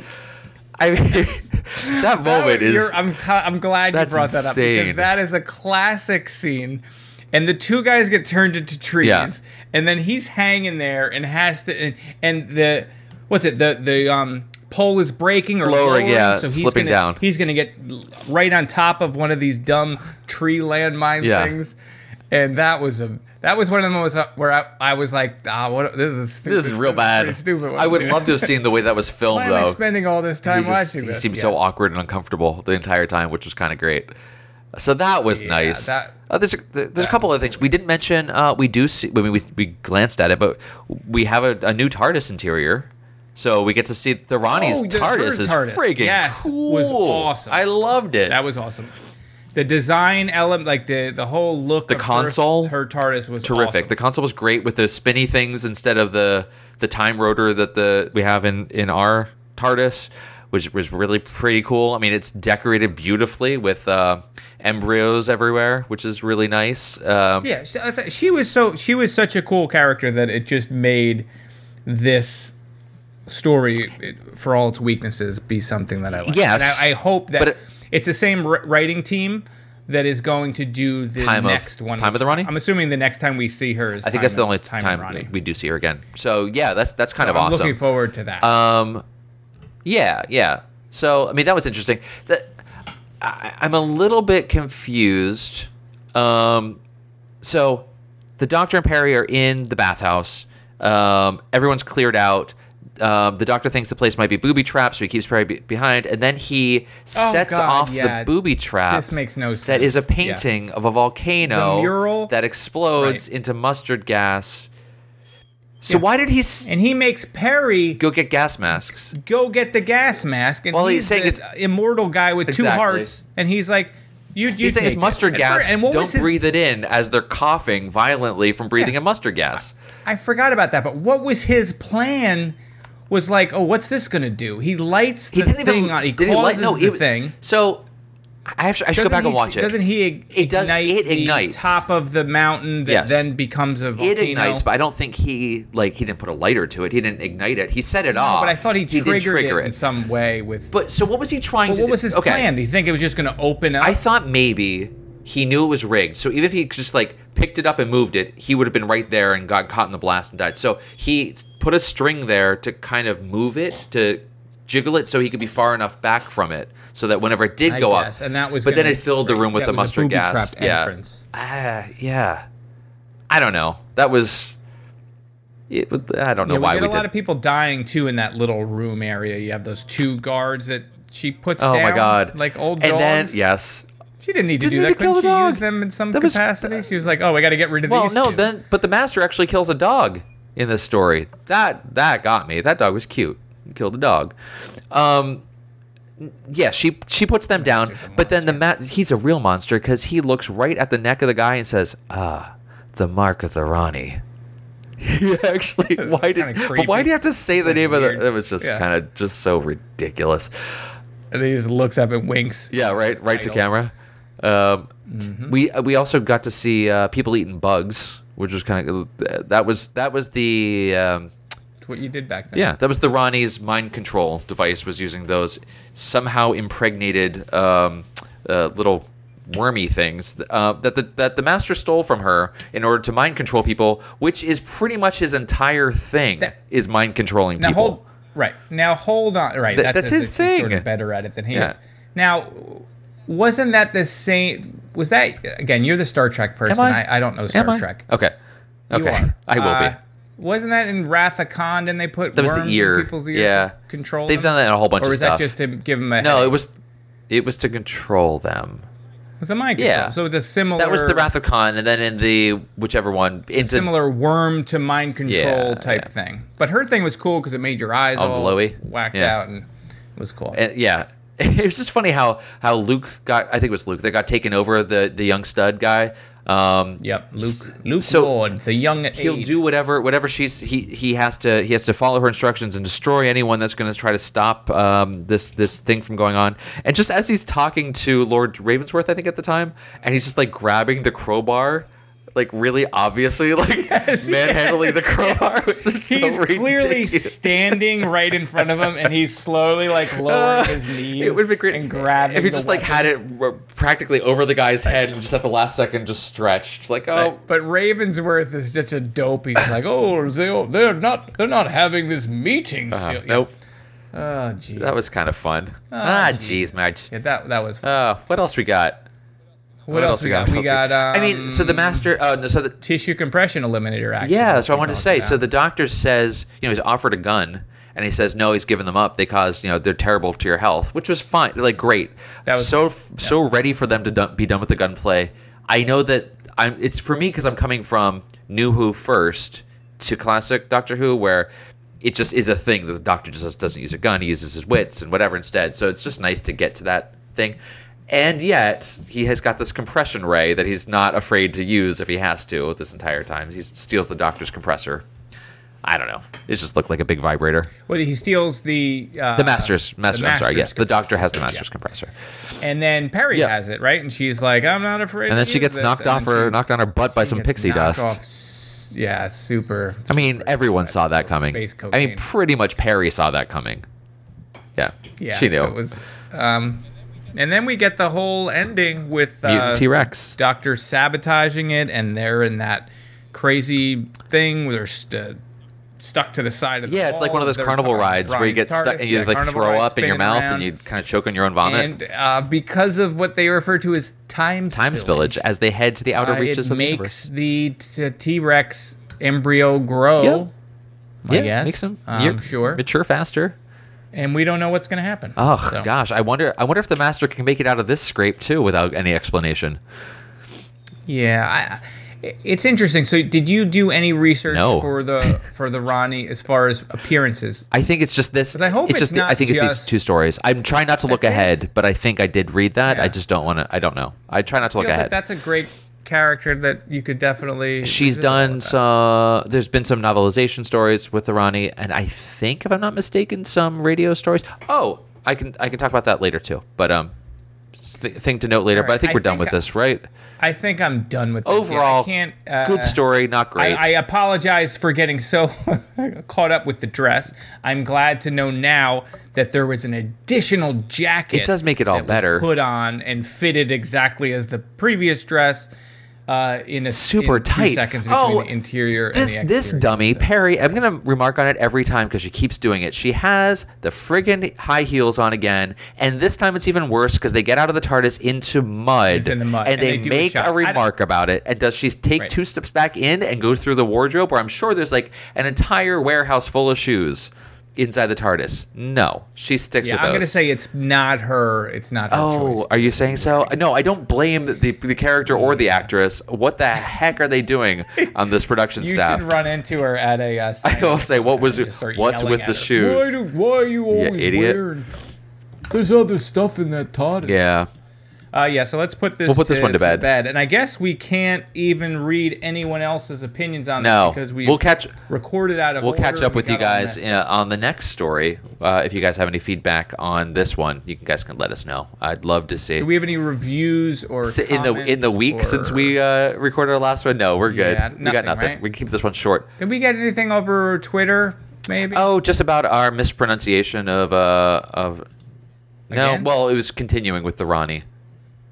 I mean, *laughs* That that moment was- is. you're- I'm, ca- I'm glad you That's brought that up because insane. that is a classic scene. And the two guys get turned into trees, Yeah. and then he's hanging there and has to and, and the what's it the the um pole is breaking or Lowering, yeah, so he's slipping gonna, down. He's gonna get l- right on top of one of these dumb tree landmine Yeah. things, and that was a that was one of the most uh, where I, I was like ah what this is stupid this is real pretty bad. stupid what I I'm would doing. love to have seen the way that was filmed, *laughs* why am I though. spending all this time he just- watching he this seemed Yeah. so awkward and uncomfortable the entire time, which was kind of great. So that was nice. that- Uh, there's a, there- there's a couple other things we didn't mention. Uh, we do see. I mean, we, we glanced at it, but we have a, a new TARDIS interior, so we get to see the Ronnie's Oh, the TARDIS third is TARDIS. friggin' Yes, cool. was awesome. I loved it. That was awesome. The design element, like the the whole look, the console? her, TARDIS was terrific. awesome. The console was great with the spinny things instead of the the time rotor that the we have in in our TARDIS, which was really pretty cool. I mean, it's decorated beautifully with uh, embryos everywhere, which is really nice. Um, yeah, so that's it. she was so she was such a cool character that it just made this story, it- for all its weaknesses, be something that I like. Yes. and I, I hope that But it- it's the same wr- writing team that is going to do the Time of- next one. Time of which the Ronnie? I'm assuming the next time we see her is. I think that's the only time, of Ronnie. we do see her again. So yeah, that's that's kind of I'm awesome. looking forward to that. Um, yeah, yeah. So I mean, that was interesting. That I, I'm a little bit confused Um, so the doctor and Perry are in the bathhouse. Um, everyone's cleared out. Um, the doctor thinks the place might be booby trapped, so he keeps Perry be- behind, and then he sets Oh, God, off yeah. the booby trap. This makes no That is a sense. Yeah. painting of a volcano The mural? that explodes Right. into mustard gas. So why did he s- And he makes Perry go get gas masks? go get the gas mask, and Well, he's he's, saying this it's- immortal guy with two Exactly. hearts, and he's like, "You, you He's saying it's take it." mustard And gas. fir- And what Don't was his? breathe it in as they're coughing violently from breathing Yeah. in mustard gas. I forgot about that, but what was his plan? Was like, oh, what's this gonna do? He lights the He didn't thing even. on. He did causes light- no, the it- thing. So I have to, I should Doesn't go back and he- watch it. Doesn't he ig- It does- ignite it the ignites. top of the mountain that Yes. then becomes a volcano? It ignites, but I don't think he like he didn't put a lighter to it. He didn't ignite it. He set it No, off. but I thought he ah, did triggered trigger it, in some way with. But so what was he trying But to what do? was his okay. plan? Do you think it was just gonna open up? I thought maybe he knew it was rigged. So even if he just like picked it up and moved it, he would have been right there and got caught in the blast and died. So he s- put a string there to kind of move it to jiggle it so he could be far enough back from it so that whenever it did I go guess, up and that was but then gonna- it filled the room with that the was a mustard gas booby-trapped yeah entrance. Ah, yeah i don't know that was it, was- i don't know Yeah, we why get we a did lot of people dying too in that little room area. You have those two guards that she puts oh down. my god Like old and then dogs. yes She didn't need to Didn't do that. need to kill Couldn't she the dog. use them in some That was- capacity? she was like, "Oh, I got to get rid of Well, these." no, two. then but the master actually kills a dog in this story. That that got me. That dog was cute. He killed a dog. Um, n- yeah, she she puts them down, but then the ma- he's a real monster because he looks right at the neck of the guy and says, "Ah, the mark of the Rani." *laughs* He *laughs* actually, why did? Kinda But why creepy. do you have to say the name of weird. the? It was just Yeah. kind of just so ridiculous. and then he just looks up and winks. Yeah, right, right to Idle. camera. Um, Mm-hmm. We we also got to see uh, people eating bugs, which was kind of that was that was the um, That's what you did back then. yeah that was the Ronnie's mind control device was using those somehow impregnated um, uh, little wormy things uh, that the that the master stole from her in order to mind control people, which is pretty much his entire thing is That- mind controlling Now people. hold. Right now, hold on. Right, That- that that's says his that she's Sort thing. of better at it than he Yeah. is. Now, wasn't that the same? Was that again? You're the Star Trek person. I? I, don't know Star Am I? Trek. Okay, okay, You are. *laughs* I will Uh, be. Wasn't that in Wrath of Khan? And they put That was the worms in ear. people's ears Yeah. to control. They've them? done that in a whole bunch or of was stuff. that just to give them a No, it headache? was it was to control them. It was the mind control. Yeah. So it's a similar. That was the Wrath of Khan, and then in the whichever one into similar worm to mind control Yeah, type yeah. thing. But her thing was cool because it made your eyes All all, glowy? whacked Yeah. out, and it was cool. and- eh, yeah. *laughs* It was just funny how how Luke got I think it was Luke that got taken over the the young stud guy. Um, yep, Luke. Luke so Lord, the young. at *laughs* He'll eight. do whatever whatever she's he he has to he has to follow her instructions and destroy anyone that's going to try to stop um, this this thing from going on. And just as he's talking to Lord Ravensworth, I think at the time, and he's just like grabbing the crowbar, like really obviously *laughs* like *laughs* manhandling the crowbar. Which is so He's clearly ridiculous. standing right in front of him, and he's slowly *laughs* like lowering his knees. It would be great and grabbing. if he the just like had it r- practically over the guy's head and just at the last second just stretched. It's like, oh, But Ravensworth is such a dope. He's like, oh, they, they're not, they're not having this meeting still. Uh-huh. nope. Oh, jeez. That was kind of fun. ah, jeez, Marge. yeah, that that was. Uh, what else we got? what, else we got? We What got. Um, else we- I mean, so the master. Uh, no, so the tissue compression eliminator. Actually, yeah. That's what I wanted to talked say. So about. the doctor says, you know, he's offered a gun, and he says no. He's given them up. They cause, you know, they're terrible to your health, which was fine. Like great. That was- so so ready for them to done, be done with the gunplay. I know that I'm. It's for me because I'm coming from New Who first to classic Doctor Who, where it just is a thing that the Doctor just doesn't use a gun. He uses his wits and whatever instead. So it's just nice to get to that thing. And yet he has got this compression ray that he's not afraid to use if he has to. This entire time he steals the Doctor's compressor. I don't know. It just looked like a big vibrator. well, he steals the uh, The master's, master. I'm sorry. master's Yes, the doctor has the master's compressor, and then Perry Yeah. has it right, and she's like, "I'm not afraid." and then to she use gets this. knocked And off then her she knocked on her butt by gets some pixie knocked dust. off s- Yeah, super. I mean, everyone saw that coming. Space I mean, cocaine. pretty much Perry saw that coming. Yeah, yeah, she knew. It was, um, and then we get the whole ending with uh, Mutant T Rex. Doctor sabotaging it, and they're in that crazy thing where they're st- stuck to the side of the Yeah, it's like wall. one of those They're carnival tar- rides where you get targets, stuck and you yeah, like carnival throw rides up in your spinning mouth around. and you kind of choke on your own vomit. and uh, because of what they refer to as time Time spillage, spillage as they head to the outer uh, it reaches of the makes universe. the t- T-Rex embryo grow. Yeah. I guess. makes them I'm year- sure. mature faster. And we don't know what's going to happen. Oh So, gosh, I wonder. I wonder if the master can make it out of this scrape too without any explanation. Yeah, I- I, it's interesting. So, did you do any research No. for the for the Ronnie as far as appearances? I think it's just this. 'Cause I hope it's just. the- I not think it's these just- two stories. I'm trying not to look That's it. ahead, but I think I did read that. Yeah. I just don't want to. I don't know. I try not to look Feels like ahead. that's a great character that you could definitely. She's revisit done with that. some. There's been some novelization stories with the Ronnie, and I think, if I'm not mistaken, some radio stories. Oh, I can I can talk about that later too. But um, just th- thing to note later. All But I right, think I we're done think with I- this, right? I think I'm done with this. Yeah, I Overall, can't, uh, good story, not great. I, I apologize for getting so *laughs* caught up with the dress. I'm glad to know now that there was an additional jacket. It does make it all that was better. put on and fitted exactly as the previous dress. Uh, in a super in two tight. seconds between oh, the interior. This and the this exterior. dummy Perry. I'm gonna remark on it every time because she keeps doing it. She has the friggin' high heels on again, and this time it's even worse because they get out of the TARDIS into mud, It's in the mud, and, and they, they do a make shot. a I- remark about it. And does she take Right. two steps back in and go through the wardrobe where I'm sure there's like an entire warehouse full of shoes inside the TARDIS? No, she sticks Yeah, with I'm those. gonna say it's not her. It's not her Oh, choice. are you saying so? No, I don't blame the, the, the character or the actress. What the heck are *laughs* they doing on this production You staff? should run into her at a. Uh, *laughs* I will say, what was Just start what's yelling with at the her. shoes? Why, do, why are you always idiot. wearing? There's other stuff in that TARDIS. yeah, Uh, yeah, so let's put this. We'll put this one to bed. And I guess we can't even read anyone else's opinions on No. this because we We'll catch- recorded out of. we'll order catch up and we with you got all guys messed uh, on the next story. Uh, if you guys have any feedback on this one, you guys can let us know. I'd love to see. Do we have any reviews or S- in the in the comments week since or- we uh, recorded our last one? No, we're good. Yeah, we got nothing, nothing. right? We can keep this one short. did we get anything over Twitter? Maybe. Oh, just about our mispronunciation of uh of no. Again? Well, it was continuing with the Ronnie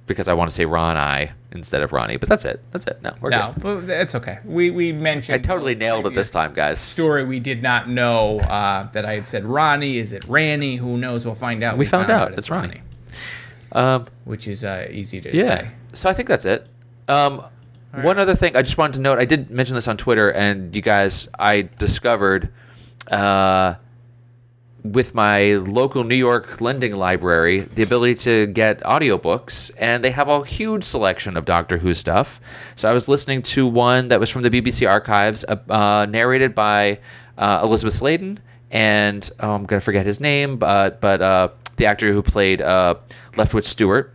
because I want to say Ron I instead of Ronnie, but that's it. That's it. No, we're no, good. but that's okay. We we mentioned. I totally nailed it this time, guys. Story we did not know uh, that I had said Ronnie. Is it Ranny? Who knows? We'll find out. We found out. It's Ronnie. Um, which is uh, easy to yeah. say. So I think that's it. Um, One other thing I just wanted to note I did mention this on Twitter, and you guys, I discovered uh, with my local New York lending library the ability to get audiobooks, and they have a huge selection of Doctor Who stuff. So I was listening to one that was from the BBC archives, uh, uh, narrated by uh, Elizabeth Sladen, and oh, I'm going to forget his name, but, but uh, the actor who played uh, Leftwich Stewart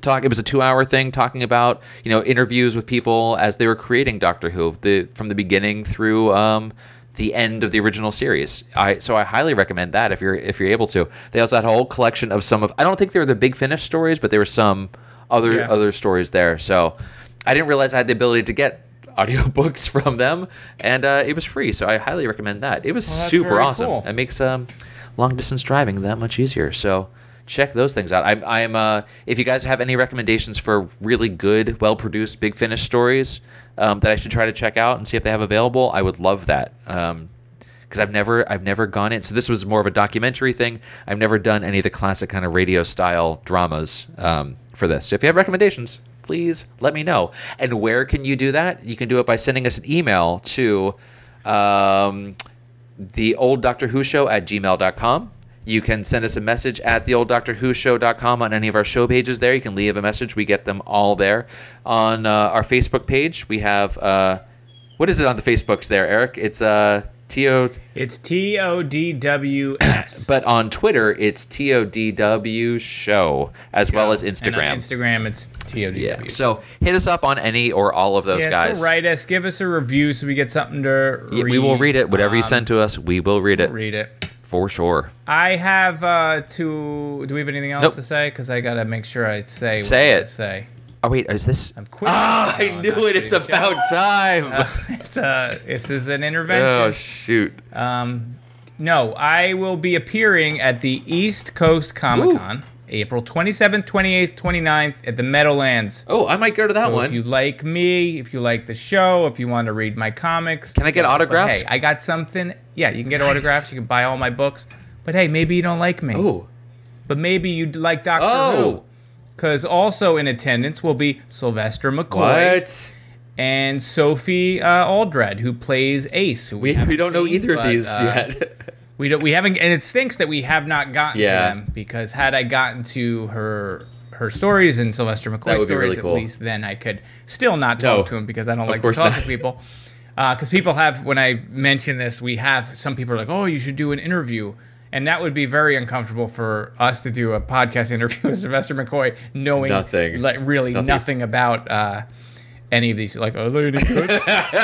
talk it was a two hour thing talking about you know interviews with people as they were creating doctor who the from the beginning through um the end of the original series i so i highly recommend that if you're if you're able to they also had a whole collection of some of i don't think they were the big finish stories but there were some other Yeah. other stories there so i didn't realize i had the ability to get *laughs* audiobooks from them and uh, it was free so i highly recommend that it was that's super very awesome cool. it makes um, long distance driving that much easier. So check those things out. I'm, I'm uh, if you guys have any recommendations for really good, well produced, big finish stories um, that I should try to check out and see if they have available, I would love that. Um, because I've never, I've never gone in. So this was more of a documentary thing. I've never done any of the classic kind of radio style dramas um, for this. So if you have recommendations, please let me know. And where can you do that? You can do it by sending us an email to um, the old doctor who show at gmail.com you can send us a message at the old doctor who show.com on any of our show pages there you can leave a message we get them all there on uh, our facebook page we have uh, what is it on the facebooks there eric it's uh, to It's T O D W S. *clears throat* but on twitter it's todw show as well as And on instagram Instagram, it's TODW. yeah so hit us up on any or all of those Yeah, guys so write us, give us a review so we get something to Yeah, read. we will read it whatever you Um, send to us we will read it Read it. for sure I have uh, to. Do we have anything else Nope. to say? Because I gotta make sure I say. what Say I it. Say. oh wait is this *laughs* I'm quitting. Oh, Ah, No, I I'm knew not it. It's doing the show. about time. *laughs* It's uh, this is an oh intervention. shoot! um, no, I will be appearing at the East Coast Comic Con. April 27th, 28th, 29th at the Meadowlands. Oh, I might go to that So one. If you like me, if you like the show, if you want to read my comics. Can I get but autographs? hey, I got something. Yeah, you can get autographs. You can buy all my books. But hey, maybe you don't like me. oh, But maybe you would like Doctor Who. oh, Because also in attendance will be Sylvester McCoy what? and Sophie uh, Aldred, who plays Ace. Who we, We, we haven't don't know seen, either of but, these uh, *laughs* yet. We don't. We haven't. And it stinks that we have not gotten Yeah. to them because had I gotten to her her stories and Sylvester McCoy would be stories really cool. at least, then I could still not No, talk to him because I don't like to course talk not. to people. Because people have, when I mention this, we have some people are like, "Oh, you should do an interview," and that would be very uncomfortable for us to do a podcast *laughs* interview with Sylvester McCoy, knowing Nothing. like really Nothing. nothing, about. Uh, any of these, like, oh, look at good.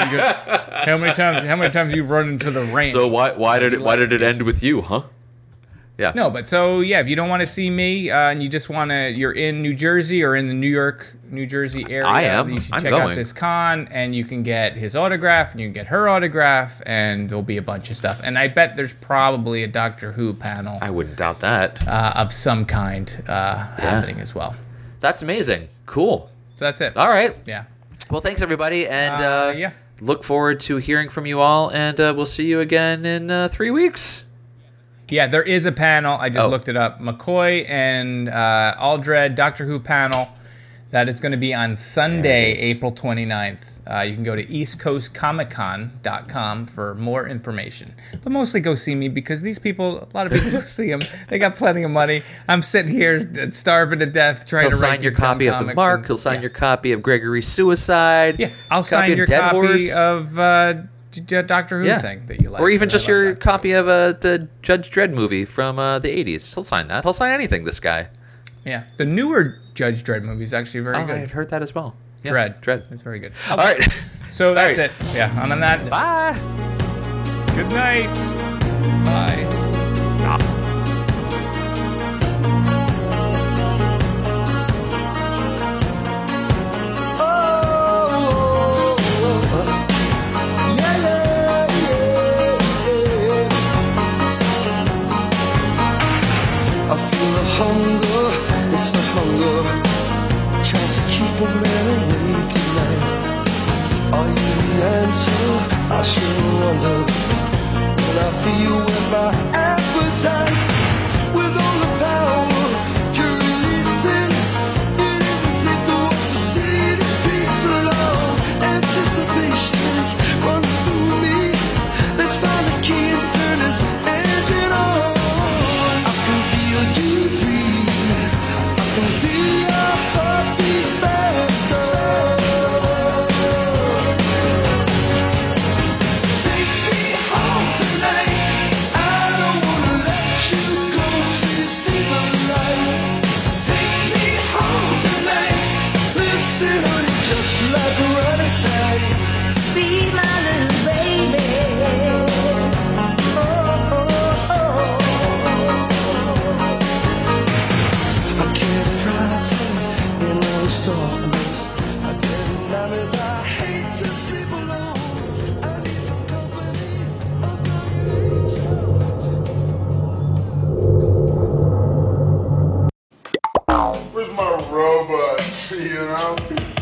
how many times? How many times you run into the rain? so why why did it why did it end with you, huh? Yeah. No, but so yeah, if you don't want to see me uh, and you just want to, you're in New Jersey or in the New York, New Jersey area. I am. You should I'm check out going. this con, and you can get his autograph, and you can get her autograph, and there'll be a bunch of stuff. And I bet there's probably a Doctor Who panel I wouldn't doubt that. uh, of some kind uh, happening as well. That's amazing. Cool. So that's it. All right. Yeah. Well, thanks everybody, and uh, Uh, yeah. look forward to hearing from you all, and uh, we'll see you again in uh, three weeks. Yeah, there is a panel. I just Oh. looked it up. McCoy and uh, Aldred Doctor Who panel. That is going to be on Sunday, April 29th. Uh, you can go to eastcoastcomiccon.com for more information. But mostly go see me because these people, a lot of *laughs* people go see them. They got plenty of money. I'm sitting here starving to death trying He'll to write sign your these dumb copy of the comics Mark. and- He'll sign yeah. your copy of Gregory Suicide. Yeah, I'll copy sign of your Dead copy Horse. of uh, D- D- Doctor Who thing that you like. Or even I just love your Doctor Who. copy of uh, the Judge Dredd movie from uh, the 80s. He'll sign that. He'll sign anything, this guy. Yeah, the newer Judge Dredd movie is actually very Oh, I good. had heard that as well. Yeah, Dread. Dredd. It's very good. All right. So that's right. it. Yeah, I'm on that. Uh, *laughs* Bye. Good night. Bye. I feel the hunger, it's the hunger Tries to keep a man awake at night Are you the answer? I should wonder When I feel with my appetite With all the power to release it It isn't safe to walk the city streets alone Anticipation is running through me Let's find a key and turn this engine on I can feel you breathe I can feel your heartbeat faster Take me home tonight. I don't wanna let you go till you see the light. Take me home tonight. Listen, honey, just like a running side. Be my little baby. Oh, oh, oh. I get frightened in all this darkness. I get nightmares. I hate to sleep alone. I need some company. Oh, girl, you need you. Where's my robot? You know?